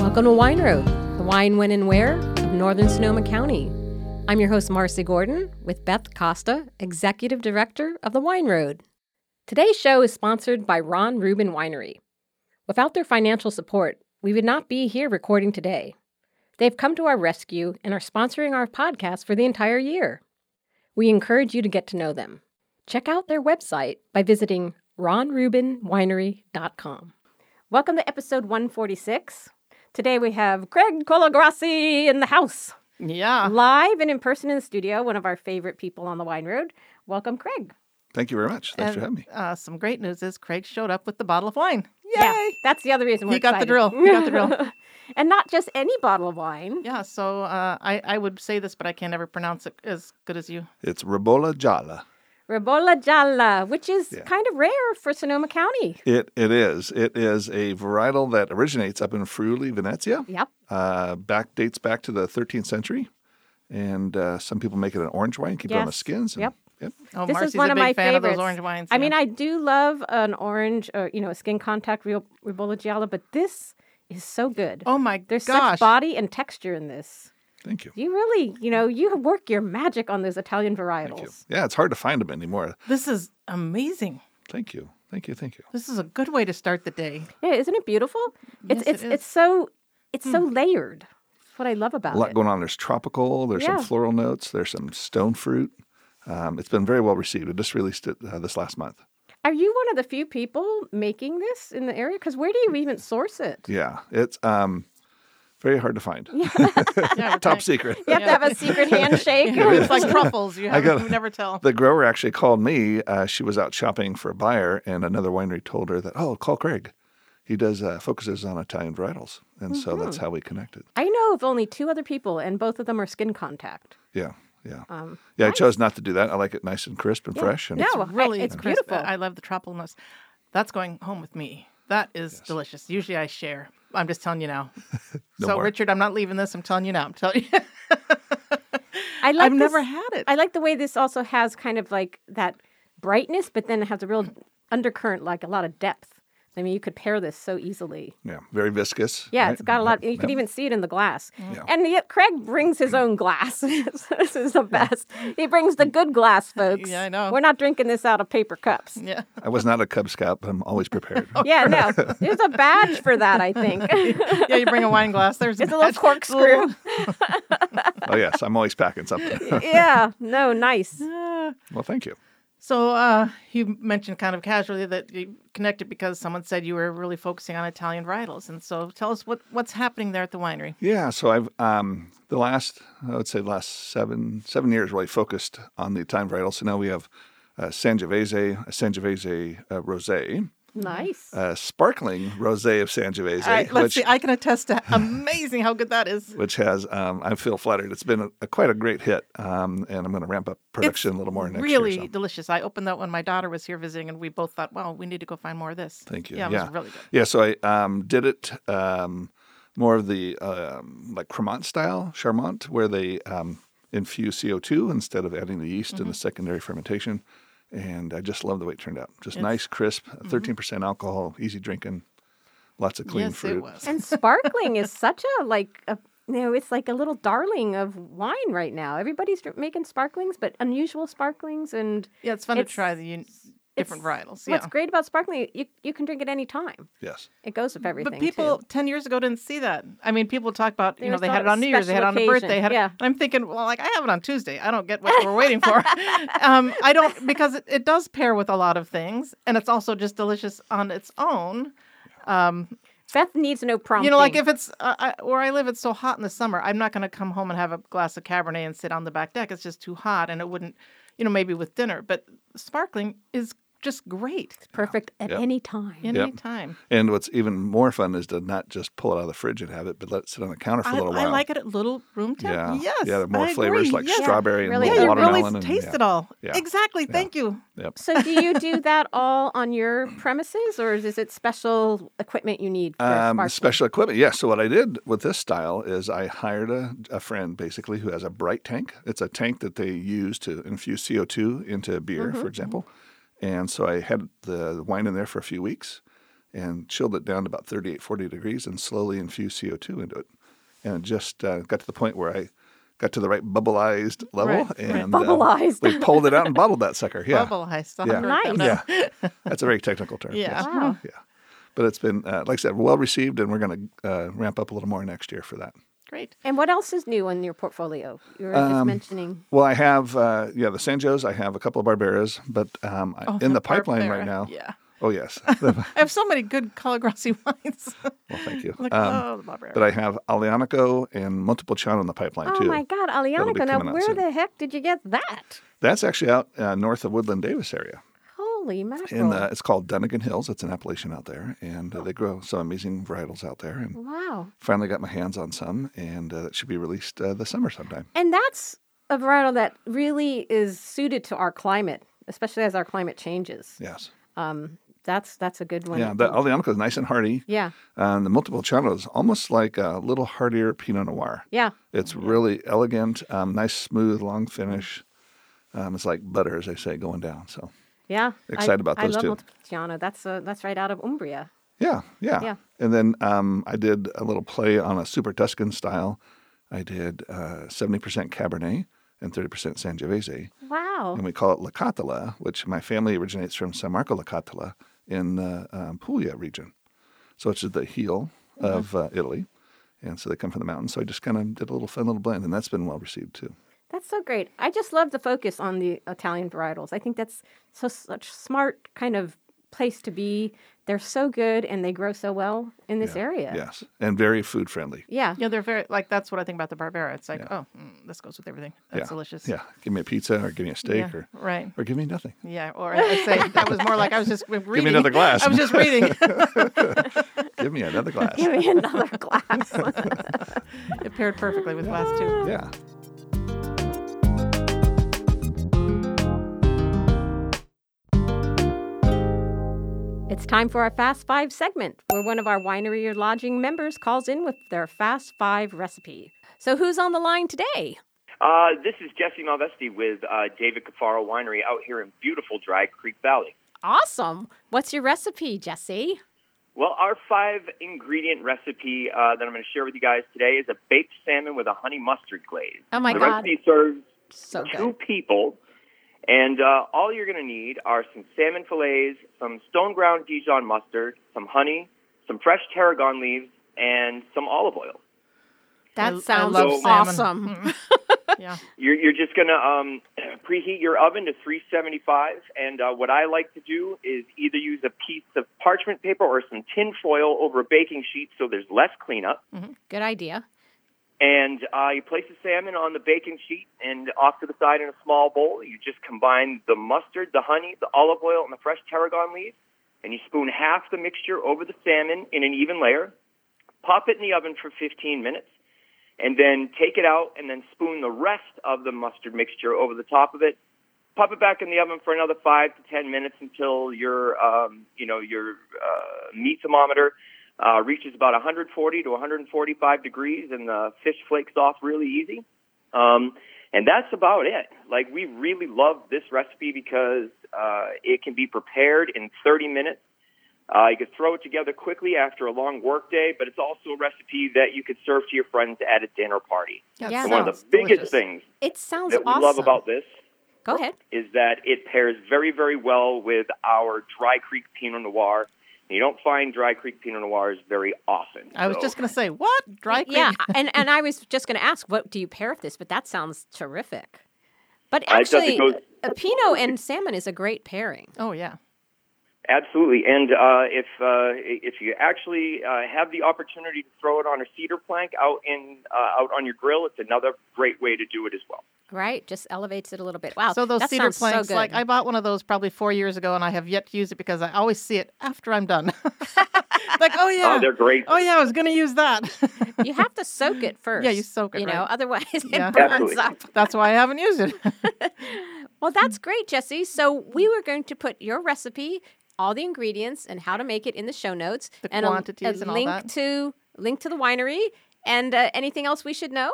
Welcome to Wine Road, the wine, when, and where of Northern Sonoma County. I'm your host, Marcy Gordon, with Beth Costa, Executive Director of the Wine Road. Today's show is sponsored by Ron Rubin Winery. Without their financial support, we would not be here recording today. They've come to our rescue and are sponsoring our podcast for the entire year. We encourage you to get to know them. Check out their website by visiting ronrubinwinery.com. Welcome to episode 146. Today we have Greg Colagrassi in the house, Yeah. live and in person in the studio, one of our favorite people on the wine road. Welcome, Craig. Thank you very much. Thanks for Um, having me. Uh, some great news is Craig showed up with the bottle of wine. Yay! Yeah, that's the other reason we're He got the excited. drill. He got the drill. and not just any bottle of wine. Yeah, so uh, I, I would say this, but I can't ever pronounce it as good as you. It's Rabola Jala. Ribolla Jalla, which is Yeah. kind of rare for Sonoma County. It it is. It is a varietal that originates up in Friuli, Venezia. Yep. Uh, back dates back to the 13th century, and uh, some people make it an orange wine, keep it on the Yes. skins. and- Yep. Yep. Oh, This is Marcy's one a of big my fan of favorites. those orange wines. I mean, yeah. I do love an orange, or, you know, a skin contact Rib- Ribolla Jalla, but this is so good. oh my There's gosh, such body and texture in this. Thank you. You really, you know, you work your magic on those Italian varietals. Thank you. Yeah, it's hard to find them anymore. this is amazing. Thank you. Thank you. Thank you. This is a good way to start the day. Yeah, isn't it beautiful? It's Yes, it it's is. Hmm. it's so it's so layered. That's what I love about A lot it. going on. There's tropical. There's Yeah. some floral notes. There's some stone fruit. Um, it's been very well received. We just released it uh, this last month. Are you one of the few people making this in the area? Because where do you even source it? Yeah, it's um, very hard to find. Yeah, Top it's secret. You have Yeah. to have a secret handshake. like- It's like truffles. You, I have, got- you never tell. The grower actually called me. Uh, she was out shopping for a buyer, and another winery told her that, "Oh, call Craig. He does uh, focuses on Italian varietals, and so that's Mm-hmm. how we connected." I know of only two other people, and both of them are skin contact. Yeah, yeah, Um, yeah. I chose not to do that. I like it nice and crisp and fresh. And No, I- really it's crisp. beautiful. I love the tropical notes. That's going home with me. That is delicious. Usually I share. I'm just telling you now. No so more. Richard, I'm not leaving this. I'm telling you now. I'm telling you. I like I've never this- had it. I like the way this also has kind of like that brightness, but then it has a real undercurrent, like a lot of depth. I mean, you could pair this so easily. yeah, very viscous. Yeah, right? Mm-hmm. it's got a lot. You Yep. could even see it in the glass. Yeah. And yet Craig brings his own glass. this is the best. He brings the good glass, folks. Yeah, I know. We're not drinking this out of paper cups. yeah. I was not a Cub Scout, but I'm always prepared. Yeah, no. There's a badge for that, I think. Yeah, you bring a wine glass. There's it's a little corkscrew. oh yes, I'm always packing something. yeah, no, nice. Uh, well, thank you. So uh, you mentioned kind of casually that you connected because someone said you were really focusing on Italian varietals, and so tell us what what's happening there at the winery. Yeah, so I've um, the last I would say the last seven seven years really focused on the Italian varietal. So now we have uh, Sangiovese, a Sangiovese uh, rosé, Nice. uh, sparkling rosé of Sangiovese, All right, let's which see. I can attest to amazing how good that is. which has um, I feel flattered. It's been a, a- quite a great hit, um, and I'm going to ramp up production a little more next really year. so. delicious. I opened that when my daughter was here visiting, and we both thought, "Wow, we need to go find more of this." Thank you. Yeah, it Yeah. was really good. Yeah, so I um, did it um, more of the um, like Cremant style, Charmant, where they um, infuse CO2 instead of adding the yeast Mm-hmm. in the secondary fermentation. And I just love the way it turned out. Just nice, crisp, mm-hmm. 13% percent alcohol, easy drinking, lots of clean yes, fruit. it was. and sparkling is such a like a you know, it's like a little darling of wine right now. Everybody's dr- making sparklings, but unusual sparklings and Yeah, it's fun It's- to try the un- different varietals. Yeah. What's great about sparkling, you, you can drink it any time. Yes. It goes with everything. But people too. ten years ago didn't see that. I mean, people talk about They you know always they thought had it it was on New Year's, they had it on a special birthday, they had it- occasion, and I'm thinking, well, like I have it on Tuesday. I don't get what we're waiting for. um, I don't because it, it does pair with a lot of things, and it's also just delicious on its own. Um, Beth needs no prompting. you know, like if it's uh, I, where I live, it's so hot in the summer. I'm not going to come home and have a glass of Cabernet and sit on the back deck. It's just too hot, and it wouldn't, you know, maybe with dinner. But sparkling is just great perfect at Yep. any time. in Yep. any time. And what's even more fun is to not just pull it out of the fridge and have it, but let it sit on the counter for a I, little I while. like it at little room temp. Yeah. Yes. Yeah, there are more I flavors agree. like Yes. strawberry and Really? little Yeah, you watermelon. really and, taste yeah. it all. Yeah. Exactly. Thank you. Yep. So do you do that all on your premises, or is it special equipment you need for sparkling? Um, special equipment. Yeah. So what I did with this style is I hired a, a friend basically who has a bright tank. It's a tank that they use to infuse Mm-hmm. CO2 into beer, for example. And so I had the wine in there for a few weeks and chilled it down to about 38, 40 degrees and slowly infused CO2 into it. And it just uh, got to the point where I got to the right bubbleized level. Right, and uh, Bubbleized. we pulled it out and bottled that sucker. Yeah. Bubble I saw. her Yeah. Nice. come Yeah. up. That's a very technical term. Yeah. Mm-hmm. yes. Wow. Yeah. But it's been, uh, like I said, well received, and we're going to uh, ramp up a little more next year for that. Great. And what else is new in your portfolio? You were just Um, mentioning. Well, I have, uh, yeah, the Sanjos. I have a couple of Barberas, but um, I- Oh, in the pipeline Barbera. right now. Yeah. Oh, yes. I have so many good Calagrassi wines. well, thank you. like, Um, oh, the Barbera. but I have Alianico and Montepulciano in the pipeline, Oh too. my God, be Alianica! Now, coming out where soon. the heck did you get that? That's actually out uh, north of Woodland Davis area. Holy mackerel! In the, it's called Dunnigan Hills. It's an appellation out there, and uh, they grow some amazing varietals out there. And wow. finally got my hands on some, and uh, it should be released uh, this summer sometime. And that's a varietal that really is suited to our climate, especially as our climate changes. Yes. Um, that's that's a good one. Yeah, I the think. Alianico is nice and hearty. yeah, And the Montepulciano is almost like a little heartier Pinot Noir. yeah. It's really elegant, um, nice, smooth, long finish. Um, it's like butter, as I say, going down. So, Yeah, I- Excited about I those love two. Montepulciano. That's uh, that's right out of Umbria. yeah, yeah. Yeah. And then um, I did a little play on a super Tuscan style. I did uh, 70% Cabernet and 30% Sangiovese. Wow. And we call it La Catala, which my family originates from San Marco La Catala in the um, Puglia region. So, it's at the heel Mm-hmm. of uh, Italy. And so they come from the mountains. So I just kind of did a little fun little blend, and that's been well received too. That's so great. I just love the focus on the Italian varietals. I think that's so such smart kind of place to be. They're so good and they grow so well in this area. Yes. And very food friendly. Yeah. yeah, they're very, like, that's what I think about the Barbera. It's like, oh, mm, this goes with everything. That's Yeah. delicious. Yeah, give me a pizza or give me a steak Yeah, or Right. or give me nothing. Yeah. Or I would say that was more like I was just reading. Give me another glass. I was just reading. give me another glass. Give me another glass. it paired perfectly with glass too. yeah. It's time for our Fast Five segment, where one of our winery or lodging members calls in with their Fast Five recipe. So, who's on the line today? Uh, this is Jesse Malvesti with uh, David Cafaro Winery out here in beautiful Dry Creek Valley. Awesome. What's your recipe, Jesse? Well, our five ingredient recipe uh, that I'm going to share with you guys today is a baked salmon with a honey mustard glaze. Oh my the God. recipe serves So two good. people, and uh, all you're going to need are some salmon fillets, some stone ground Dijon mustard, some honey, some fresh tarragon leaves, and some olive I- oil. I That sounds love salmon. awesome. Yeah. You're, you're just going to um, preheat your oven to 375. And uh, what I like to do is either use a piece of parchment paper or some tin foil over a baking sheet so there's less cleanup. Good idea. And uh, you place the salmon on the baking sheet and off to the side in a small bowl. You just combine the mustard, the honey, the olive oil, and the fresh tarragon leaves. And you spoon half the mixture over the salmon in an even layer. Pop it in the oven for 15 minutes. And then take it out and then spoon the rest of the mustard mixture over the top of it. Pop it back in the oven for another five to ten minutes until your, um, you know, your uh, meat thermometer uh, reaches about 140 to 145 degrees, and the fish flakes off really easy. Um, and that's about it. Like we really love this recipe because uh, it can be prepared in 30 minutes. Uh, you can throw it together quickly after a long workday, but it's also a recipe that you could serve to your friends at a dinner party. That Yeah. And one of sounds the biggest delicious. things It sounds that we awesome. love about this Go ahead. is that it pairs very, very well with our Dry Creek Pinot Noir. You don't find Dry Creek Pinot Noirs very often. I was so- just going to say, what? Dry cream? Yeah, and and I was just going to ask, what do you pair with this? But that sounds terrific. But I thought actually, it goes- a pinot and salmon is a great pairing. Oh, yeah. Absolutely, and uh, if uh, if you actually uh, have the opportunity to throw it on a cedar plank out in uh, out on your grill, it's another great way to do it as well. Right, just elevates it a little bit. Wow, So those that cedar sounds planks, so good. like I bought one of those probably four years ago, and I have yet to use it because I always see it after I'm done. like, oh yeah, Oh, they're great. oh yeah, I was going to use that. you have to soak it first. Yeah, you soak it, You know, right. otherwise it Yeah. burns Absolutely. up. That's why I haven't used it. Well, that's great, Jesse. So we were going to put your recipe, all the ingredients, and how to make it in the show notes, The and a- quantities a, and all link that. to link to the winery, and uh, anything else we should know.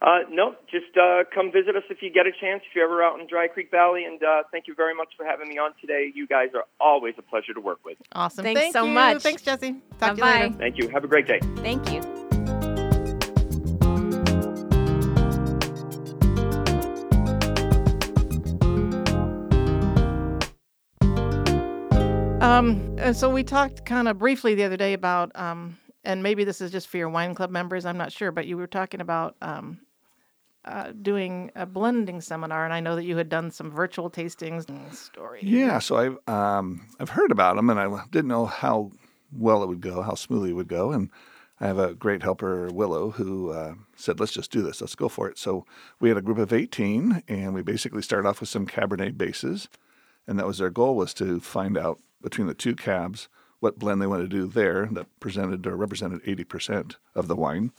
Uh, no, just uh, come visit us if you get a chance, if you're ever out in Dry Creek Valley. And uh, thank you very much for having me on today. You guys are always a pleasure to work with. Awesome. Thanks Thank so you. much. Thanks, Jesse. Talk to you Bye-bye. later. Thank you. Have a great day. Thank you. Um, and so we talked kind of briefly the other day about, um, and maybe this is just for your wine club members, I'm not sure, but you were talking about um, uh, doing a blending seminar, and I know that you had done some virtual tastings. Mm, Story. Yeah, so I've um, I've heard about them, and I didn't know how well it would go, how smoothly it would go, and I have a great helper, Willow, who uh, said, "Let's just do this. Let's go for it." So we had a group of eighteen, and we basically started off with some Cabernet bases, and that was their goal was to find out between the two cabs what blend they wanted to do there that presented or represented eighty percent of the wine,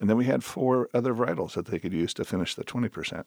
and then we had four other varietals that they could use to finish the twenty percent.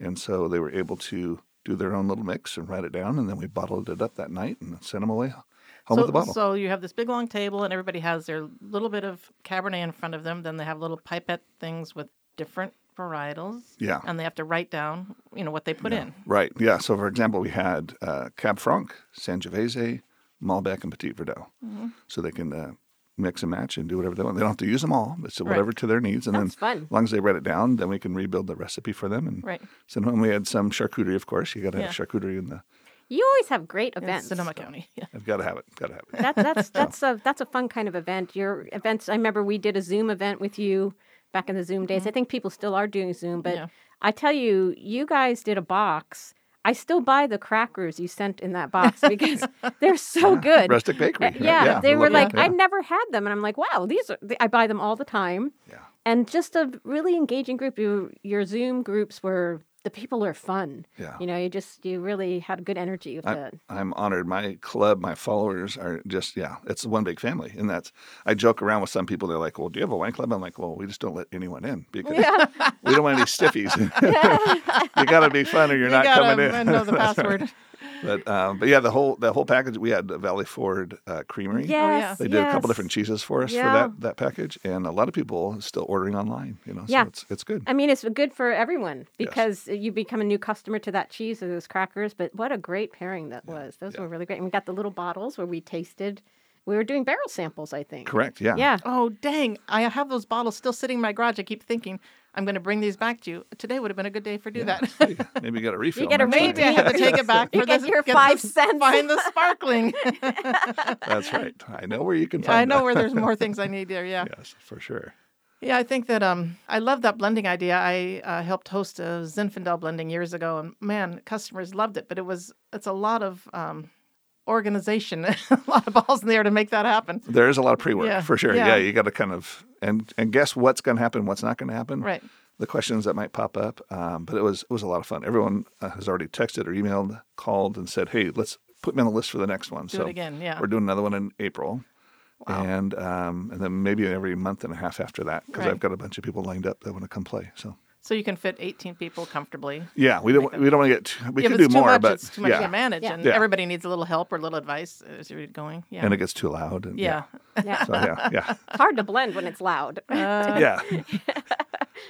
And so they were able to do their own little mix and write it down. And then we bottled it up that night and sent them away home so, with the bottle. so you have this big long table, and everybody has their little bit of Cabernet in front of them. Then they have little pipette things with different varietals. Yeah. And they have to write down, you know, what they put in. right. Yeah. So, for example, we had uh, Cab Franc, Sangiovese, Malbec, and Petit Verdot. Mm-hmm. So they can uh, mix and match and do whatever they want. They don't have to use them all. It's whatever to their needs. And That's then fun. as long as they write it down, then we can rebuild the recipe for them. And Right. so then we had some charcuterie, of course. You got to have Yeah. charcuterie in the. You always have great In events. Sonoma County. Yeah. I've got to have it. Got to have it. That, that's that's a that's a fun kind of event. Your events. I remember we did a Zoom event with you back in the Zoom days. I think people still are doing Zoom, but Yeah. I tell you, you guys did a box. I still buy the crackers you sent in that box because they're so good. Rustic bakery. Uh, Yeah, they we were love like, that. Yeah. I've never had them, and I'm like, wow, these are. I buy them all the time. Yeah. and just a really engaging group. You, your Zoom groups were the people are fun. Yeah. you know, you just you really had good energy with I, it. I'm honored. My club, my followers are just yeah, it's one big family, and that's I joke around with some people. They're like, "Well, do you have a wine club?" I'm like, "Well, we just don't let anyone in because we don't want any stiffies. you got to be fun, or you're not gotta coming in." know the password. But um, but yeah, the whole the whole package. We had the Valley Ford uh, Creamery. Oh, Yes, They did a couple yes. different cheeses for us Yeah. for that, that package, and a lot of people still ordering online. You know, so Yeah. it's it's good. I mean, it's good for everyone because you become a new customer to that cheese or those crackers. But what a great pairing that was! Those were really great. And we got the little bottles where we tasted. We were doing barrel samples, I think. Correct. Yeah. Yeah. Oh, dang. I have those bottles still sitting in my garage. I keep thinking, I'm going to bring these back to you. Today would have been a good day for do that. Hey, Maybe you got a refill. You get a next time. Maybe I have to take it back You for get this. your five this- cents. Find the sparkling. That's right. I know where you can find. I know that. where there's more things I need there. Yeah. Yes, for sure. Yeah, I think that um, I love that blending idea. I uh, helped host a Zinfandel blending years ago, and man, customers loved it. But it was it's a lot of um, organization, a lot of balls in the air to make that happen. There is a lot of pre work Yeah, for sure. yeah. Yeah, you got to kind of and and guess what's going to happen, what's not going to happen. Right. The questions that might pop up, um, but it was it was a lot of fun. Everyone uh, has already texted or emailed, called, and said, "Hey, let's put me on the list for the next one." Do so it again, yeah. we're doing another one in April, and um, and then maybe every month and a half after that because Right. I've got a bunch of people lined up that want to come play. So So you can fit 18 people comfortably. yeah, we don't we don't want to get too, we if could it's do too more, much, but it's too much yeah, to manage, Yeah. and Yeah. everybody needs a little help or a little advice as you're going. Yeah. and it gets too loud. And, yeah. Yeah. So yeah, yeah. It's hard to blend when it's loud. Uh, yeah.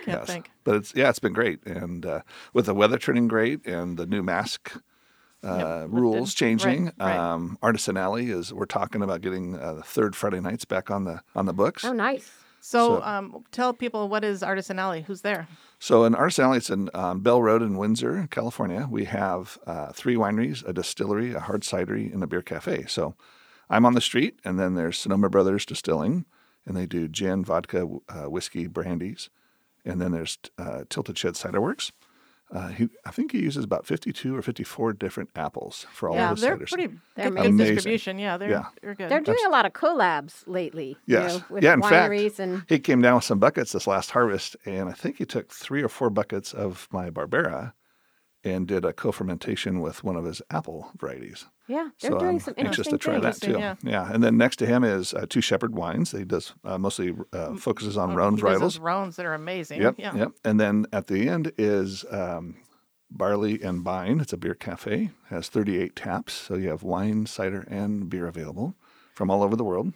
Can't think. But it's yeah, it's been great, and uh, with the weather turning great and the new mask uh, rules changing, Right, right. Um, Artisan Alley is we're talking about getting uh, the third Friday nights back on the on the books. oh, nice. So, So- um, tell people what is Artisan Alley? Who's there? So in Artisan Alley, it's in um, Bell Road in Windsor, California. We have uh, three wineries, a distillery, a hard cidery, and a beer cafe. So I'm on the street, and then there's Sonoma Brothers Distilling, and they do gin, vodka, w- uh, whiskey, brandies, and then there's uh, Tilted Shed Cider Works. Uh, he, I think he uses about 52 or 52 or 54 different apples for all yeah, of his they're ciders. pretty They're good, amazing. good distribution. Yeah, they're Yeah. they're good. They're doing a lot of collabs lately. Yes. You know, with yeah, in wineries fact, and he came down with some buckets this last harvest, and I think he took three or four buckets of my Barbera and did a co-fermentation with one of his apple varieties. yeah, they're so doing I'm some anxious interesting to try things. that too. Interesting, yeah. and then next to him is uh, Two Shepherd Wines. He does uh, mostly uh, focuses on Rhone He does varietals. those rounds that are amazing. Yep, yeah. yep. And then at the end is um, Barley and Bine. It's a beer cafe. has 38 taps, so you have wine, cider, and beer available from all over the world,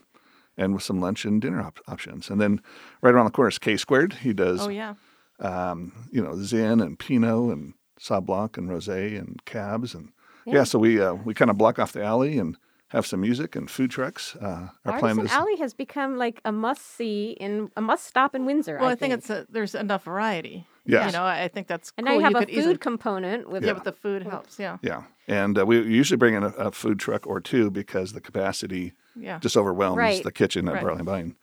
and with some lunch and dinner op- options. And then right around the corner is K Squared. He does Oh yeah. um, you know, Zin and Pinot and Sauv Blanc and Rosé and Cabs and yeah. Yeah. so we uh, we kind of block off the alley and have some music and food trucks. Uh, our plan Artisan is Alley has become like a must see in a must stop in Windsor. Well, I think, it's a, there's enough variety. Yes. You know, I I think that's and cool. now you have a could food easily- component with yeah, but the food helps. Yeah. yeah, and uh, we usually bring in a, a food truck or two because the capacity Yeah. just overwhelms Right. the kitchen at Right. Barley and Vine,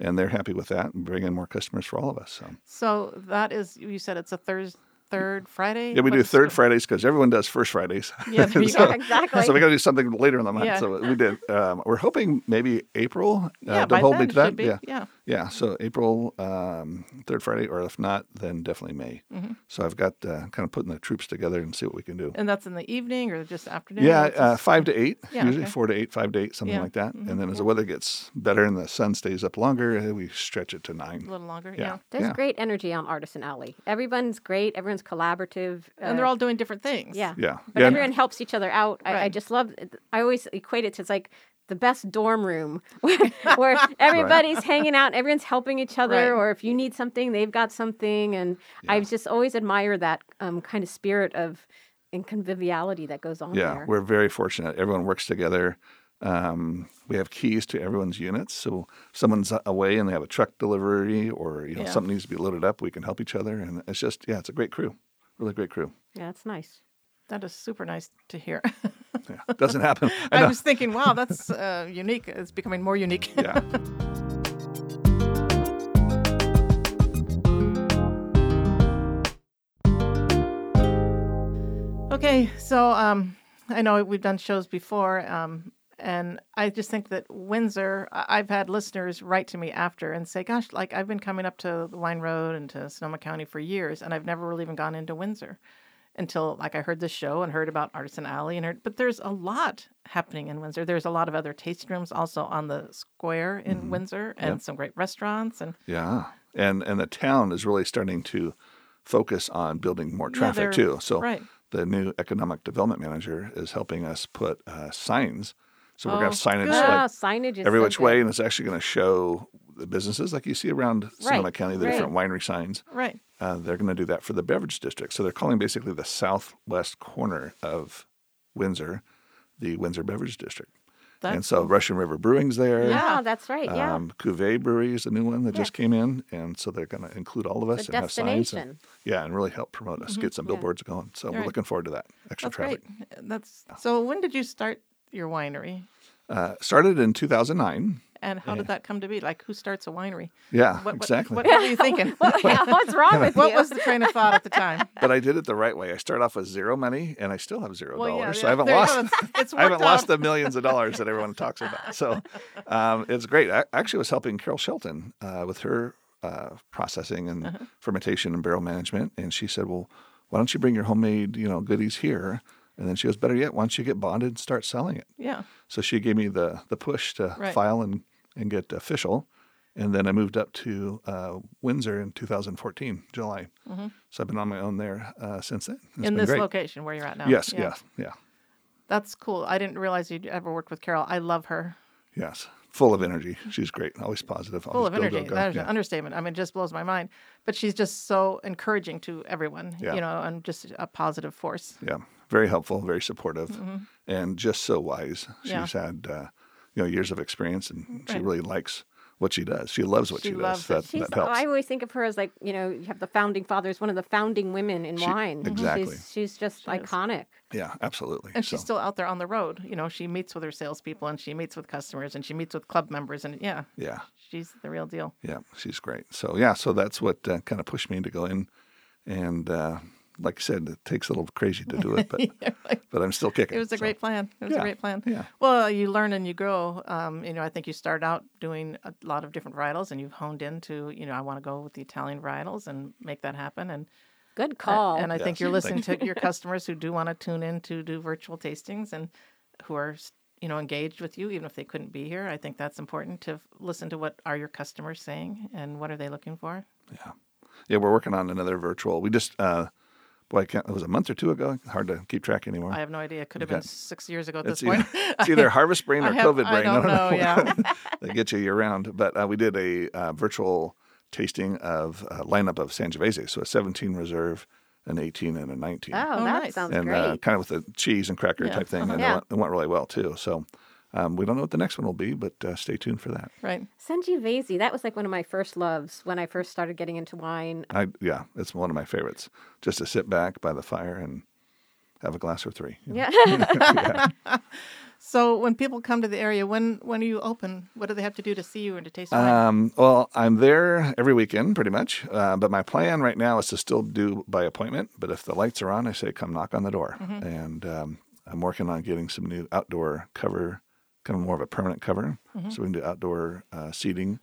and they're happy with that and bring in more customers for all of us. So. So that is, you said it's a Thurs third Friday? Yeah, we do What's- third Fridays because everyone does first Fridays. Yeah, there you so, go. exactly. so we got to do something later in the month. Yeah. So we did. Um, we're hoping maybe April. Yeah, uh, by don't hold then me it to should that. be- Yeah, yeah. yeah. So April um, third Friday, or if not, then definitely May. Mm-hmm. So I've got uh, kind of putting the troops together and see what we can do. And that's in the evening or just afternoon? Yeah, What's uh, this? five to eight, Yeah, usually okay. four to eight, five to eight, something Yeah. like that. And then as the weather gets better and the sun stays up longer, uh, we stretch it to a nine. little longer. Yeah. Yeah. There's yeah. great energy on Artisan Alley. Everyone's great. Everyone's collaborative. And they're all doing different things. yeah. Yeah, But yeah. everyone helps each other out. I, I Right. just love. I always equate it to it's like the best dorm room where, where everybody's hanging out, everyone's helping each other, Right. or if you need something, they've got something. And I've just always admired that um, kind of spirit of and conviviality that goes on Yeah, there. we're very fortunate. Everyone works together. Um, we have keys to everyone's units, so if someone's away and they have a truck delivery or you know Yeah. something needs to be loaded up, we can help each other. And it's just yeah, it's a great crew, really great crew. yeah, it's nice. That is super nice to hear. Yeah, doesn't happen. I I, know. was thinking, wow, that's uh, unique. It's becoming more unique. yeah. Okay, so um, I know we've done shows before, um, and I just think that Windsor. I- I've had listeners write to me after and say, "Gosh, like I've been coming up to the Wine Road and to Sonoma County for years, and I've never really even gone into Windsor until like I heard this show and heard about Artisan Alley and heard." But there's a lot happening in Windsor. There's a lot of other tasting rooms also on the square in Mm-hmm. Windsor, and some great restaurants and Yeah, and and the town is really starting to focus on building more traffic they're- too. So right. the new economic development manager is helping us put uh, signs. So we're gonna have signage Ah, like signage is every so which good. way, and it's actually gonna show the businesses like you see around Sonoma Right, County the right. different winery signs. right. Uh, they're going to do that for the beverage district. So they're calling basically the southwest corner of Windsor the Windsor Beverage District. and That's so Russian River Brewing's there. Yeah, that's right. Yeah, Um, Cuvée Brewery is a new one that just came in, and so they're going to include all of us the and have signs. and- destination. Mm-hmm, yeah, and really help promote us, get some billboards going. So we're Right. looking forward to that extra that's traffic. great. That's so. When did you start your winery? Uh, started in 2009. And how did that come to be? Like, who starts a winery? Yeah, What, what- exactly. What, what were you thinking? what yeah, what's wrong with you? was the train of thought at the time? But I did it the right way. I started off with zero money, and I still have zero dollars. so I haven't there you lost. go. It's, it's I haven't worked lost out. the millions of dollars that everyone talks about. So um, it's great. I actually was helping Carol Shelton uh, with her uh, processing and Uh-huh. fermentation and barrel management, and she said, "Well, why don't you bring your homemade, you know, goodies here?" And then she goes, "Better yet, why don't you get bonded and start selling it?" Yeah. So she gave me the the push to Right. file and and get official, and then I moved up to uh, Windsor in 2014 July. So I've been on my own there uh, since then. It's Mm-hmm. In been this great. location where you're at now. Yes, yes, yeah, That's cool. I didn't realize you'd ever worked with Carol. I love her. yes. Full of energy. She's great. Always positive. Full always of Oh, go, energy. Go, go. That is an Yeah. understatement. I mean, it just blows my mind. But she's just so encouraging to everyone, Yeah. you know, and just a positive force. yeah, very helpful, very supportive, and just so wise. She's Yeah. had uh, you know years of experience, and she Right. really likes what she does. She loves what She she, loves does. it. That, She's, that helps. I always think of her as like, you know, you have the founding fathers, one of the founding women in She- wine. exactly. She's, she's just iconic. yeah, absolutely. And so, she's still out there on the road. You know, she meets with her salespeople and she meets with customers and she meets with club members. And yeah, yeah. she's the real deal. Yeah, she's great. So yeah, so that's what uh, kind of pushed me to go in, and uh, like I said, it takes a little crazy to do it, but but I'm still kicking. It was a so. great plan. It was Yeah, a great plan. yeah. Well, you learn and you grow. Um, you know, I think you start out doing a lot of different varietals, and you've honed into, you know, I want to go with the Italian varietals and make that happen. And Good call. and I think Yes, you're thank listening to your customers who do want to tune in to do virtual tastings and who are, you know, engaged with you, even if they couldn't be here. I think that's important to f- listen to what are your customers saying and what are they looking for. Yeah, we're working on another virtual. We just uh, boy, I can't, it was a month or two ago. Hard to keep track anymore. I have no idea. It could have been Okay. six years ago at it's this point. either, it's either harvest brain I or have- COVID I brain. don't know, yeah. they get you year round. But uh, we did a uh, virtual tasting of a lineup of Sangiovese. So a 17 reserve, an 18, and a 19. Oh, Oh, that nice. sounds and great. uh, kind of with a cheese and cracker Yeah. type thing. And Yeah. it, went, it went really well too. So um, we don't know what the next one will be, but uh, stay tuned for that. Right. Sangiovese, that was like one of my first loves when I first started getting into wine. I yeah, it's one of my favorites. Just to sit back by the fire and have a glass or three. you know? Yeah. So when people come to the area, when when are you open? What do they have to do to see you and to taste wine? Um, well, I'm there every weekend pretty much, uh, but my plan right now is to still do by appointment. But if the lights are on, I say come knock on the door. Mm-hmm. And um, I'm working on getting some new outdoor cover, kind of more of a permanent cover, Mm-hmm. so we can do outdoor uh, seating.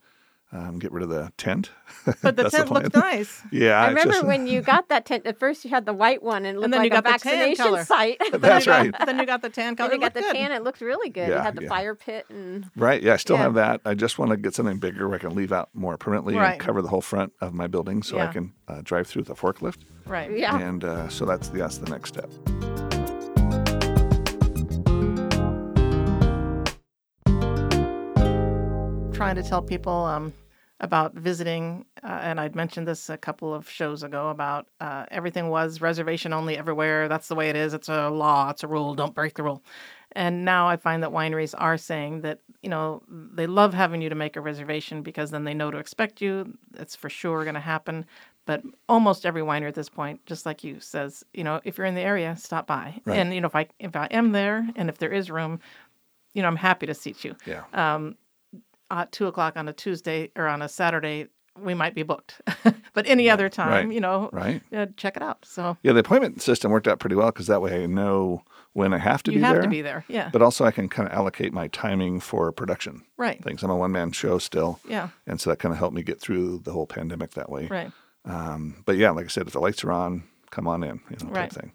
Um, get rid of the tent. but the that's tent the looked plan. nice. yeah, I it's remember just- when you got that tent. At first, you had the white one and it looked And then like you a got the tan vaccination color. site. and then That's you right. Got, then you got the tan color. you It got the looked good. tan. It looked really good. you Yeah, had the yeah. fire pit and Right. Yeah, I still Yeah. have that. I just want to get something bigger where I can leave out more permanently Right. and cover the whole front of my building so I Yeah. can uh, drive through the forklift. Right. yeah. And uh, so that's the, that's the next step. trying to tell people um, about visiting, uh, and I'd mentioned this a couple of shows ago about uh, everything was reservation only everywhere. That's the way it is. It's a law. It's a rule. Don't break the rule. And now I find that wineries are saying that you know they love having you to make a reservation because then they know to expect you. It's for sure going to happen. But almost every winery at this point, just like you, says you know if you're in the area, stop by. Right. And you know if I if I am there and if there is room, you know I'm happy to seat you Yeah. at uh, two o'clock on a Tuesday or on a Saturday, we might be booked. but any other time, Right. you know, Right. uh, check it out. So yeah, the appointment system worked out pretty well because that way I know when I have to you be have there. to be there. Yeah. But also I can kind of allocate my timing for production right. things. I'm a one man show still. Yeah. And so that kind of helped me get through the whole pandemic that way. Right. Um, but yeah, like I said, if the lights are on, come on in, you know, type Right. thing.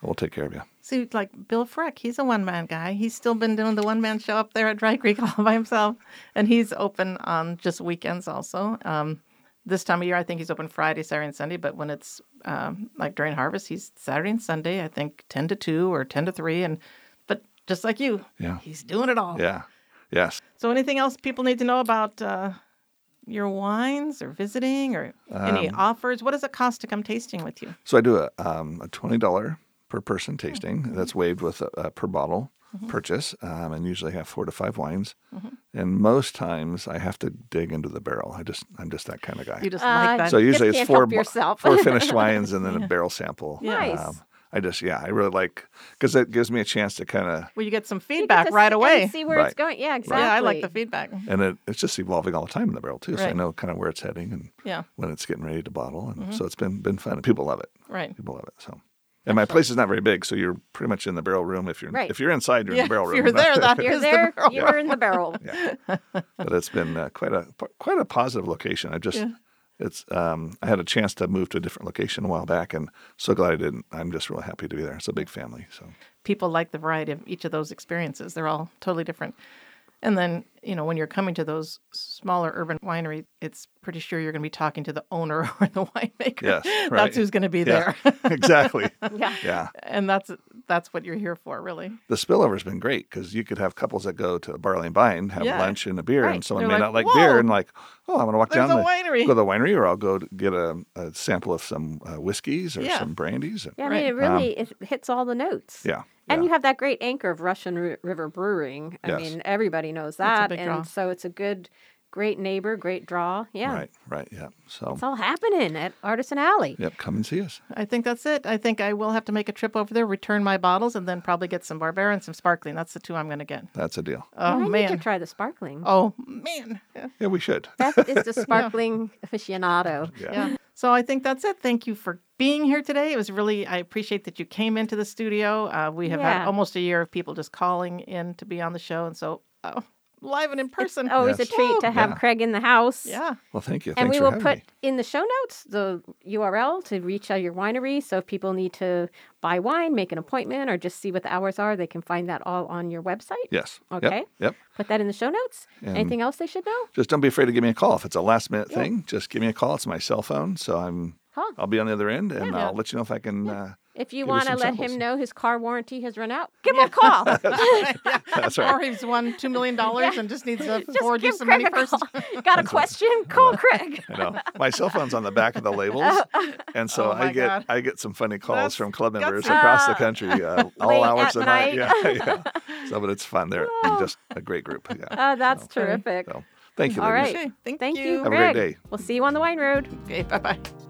We'll take care of you. See, like Bill Freck, he's a one man guy. He's still been doing the one man show up there at Dry Creek all by himself. And he's open on just weekends also. Um, this time of year, I think he's open Friday, Saturday, and Sunday. But when it's um, like during harvest, he's Saturday and Sunday, I think 10 to 2 or 10 to 3. And But just like you, Yeah. he's doing it all. Yeah. Yes. So, anything else people need to know about uh, your wines or visiting or Um, any offers? What does it cost to come tasting with you? So I do a, um, a twenty dollar per person Mm-hmm. tasting. That's waived with a, a per bottle purchase, um, and usually have four to five wines. Mm-hmm. And most times I have to dig into the barrel. I just I'm just that kind of guy. You just Uh, like that. so usually it's can't four help bo- yourself. four finished wines and then a barrel sample. Um, Yeah. Nice. I just yeah I really like because that gives me a chance to kind of well, you get some You get feedback to right see- away. and see where it's Right. going. Yeah, exactly. Yeah, I like the feedback. and it, it's just evolving all the time in the barrel too. So I Right. know kind of where it's heading and Yeah, when it's getting ready to bottle. Mm-hmm. And so it's been been fun. And people love it. right. People love it. So. And my place is not very big, so you're pretty much in the barrel room. If you're Right. if you're inside, you're Yeah, in the barrel if room. you're there, that You're is the there. barrel. you were in the barrel. yeah. but it's been uh, quite a quite a positive location. I just Yeah. it's um, I had a chance to move to a different location a while back, and so glad I didn't. I'm just really happy to be there. It's a big family, so People like the variety of each of those experiences. They're all totally different. And then, you know, when you're coming to those smaller urban wineries, it's pretty sure you're going to be talking to the owner or the winemaker. Yes, right. That's who's going to be Yeah. there. exactly. Yeah. Yeah, and that's that's what you're here for, really. the spillover's been great because you could have couples that go to Barley and Vine, have Yeah. lunch and a beer, Right. and someone They're may like, not like "Whoa, beer and like, oh, I'm gonna walk there's down a winery." go to the winery, or I'll go to get a, a sample of some uh, whiskeys or Yeah. some brandies. And, Yeah, I mean, it really it hits all the notes. Um, yeah, And yeah. you have that great anchor of Russian Ri- River Brewing. I Yes. mean, everybody knows That's a that. big and draw. so it's a good, great neighbor, great draw. Yeah. right, right, yeah. So It's all happening at Artisan Alley. yep, come and see us. I think that's it. I think I will have to make a trip over there, return my bottles, and then probably get some Barbera and some sparkling. That's the two I'm going to get. That's a deal. Oh I need to man! try the sparkling. Oh man! Yeah. Yeah, we should. Beth is the sparkling aficionado. yeah. So I think that's it. Thank you for being here today. It was really I appreciate that you came into the studio. Uh, we have Yeah. had almost a year of people just calling in to be on the show, and so oh, live and in person. It's always Yes. a treat to have Yeah. Craig in the house. yeah. Well, thank you. And Thanks we for will having put me. in the show notes the URL to reach out your winery. So if people need to buy wine, make an appointment, or just see what the hours are, they can find that all on your website. Yes. Yep, Okay. Yep. Put that in the show notes. And- Anything else they should know? Just don't be afraid to give me a call. If it's a last minute thing, just give me a call. It's my cell phone, so I'm Call. I'll be on the other end, and Yeah. I'll let you know if I can uh, If you Give us want to some let samples. him know his car warranty has run out, give him a call. That's Or right. he's won $2 million and just needs to Just forward you give some Craig money a first. call. Got a question? Call Craig. I know. My cell phone's on the back of the labels, and so Oh, my I get God. I get some funny calls That's- from club that's- members across the Uh, country, uh, late all hours at of night. night. Yeah, yeah. So, but it's fun. They're just a great group. Yeah. Oh, that's So, terrific. so, thank you, All ladies. right. Okay, thank, Thank you. you, Have a great Craig. day. We'll see you on the wine road. Okay, bye-bye.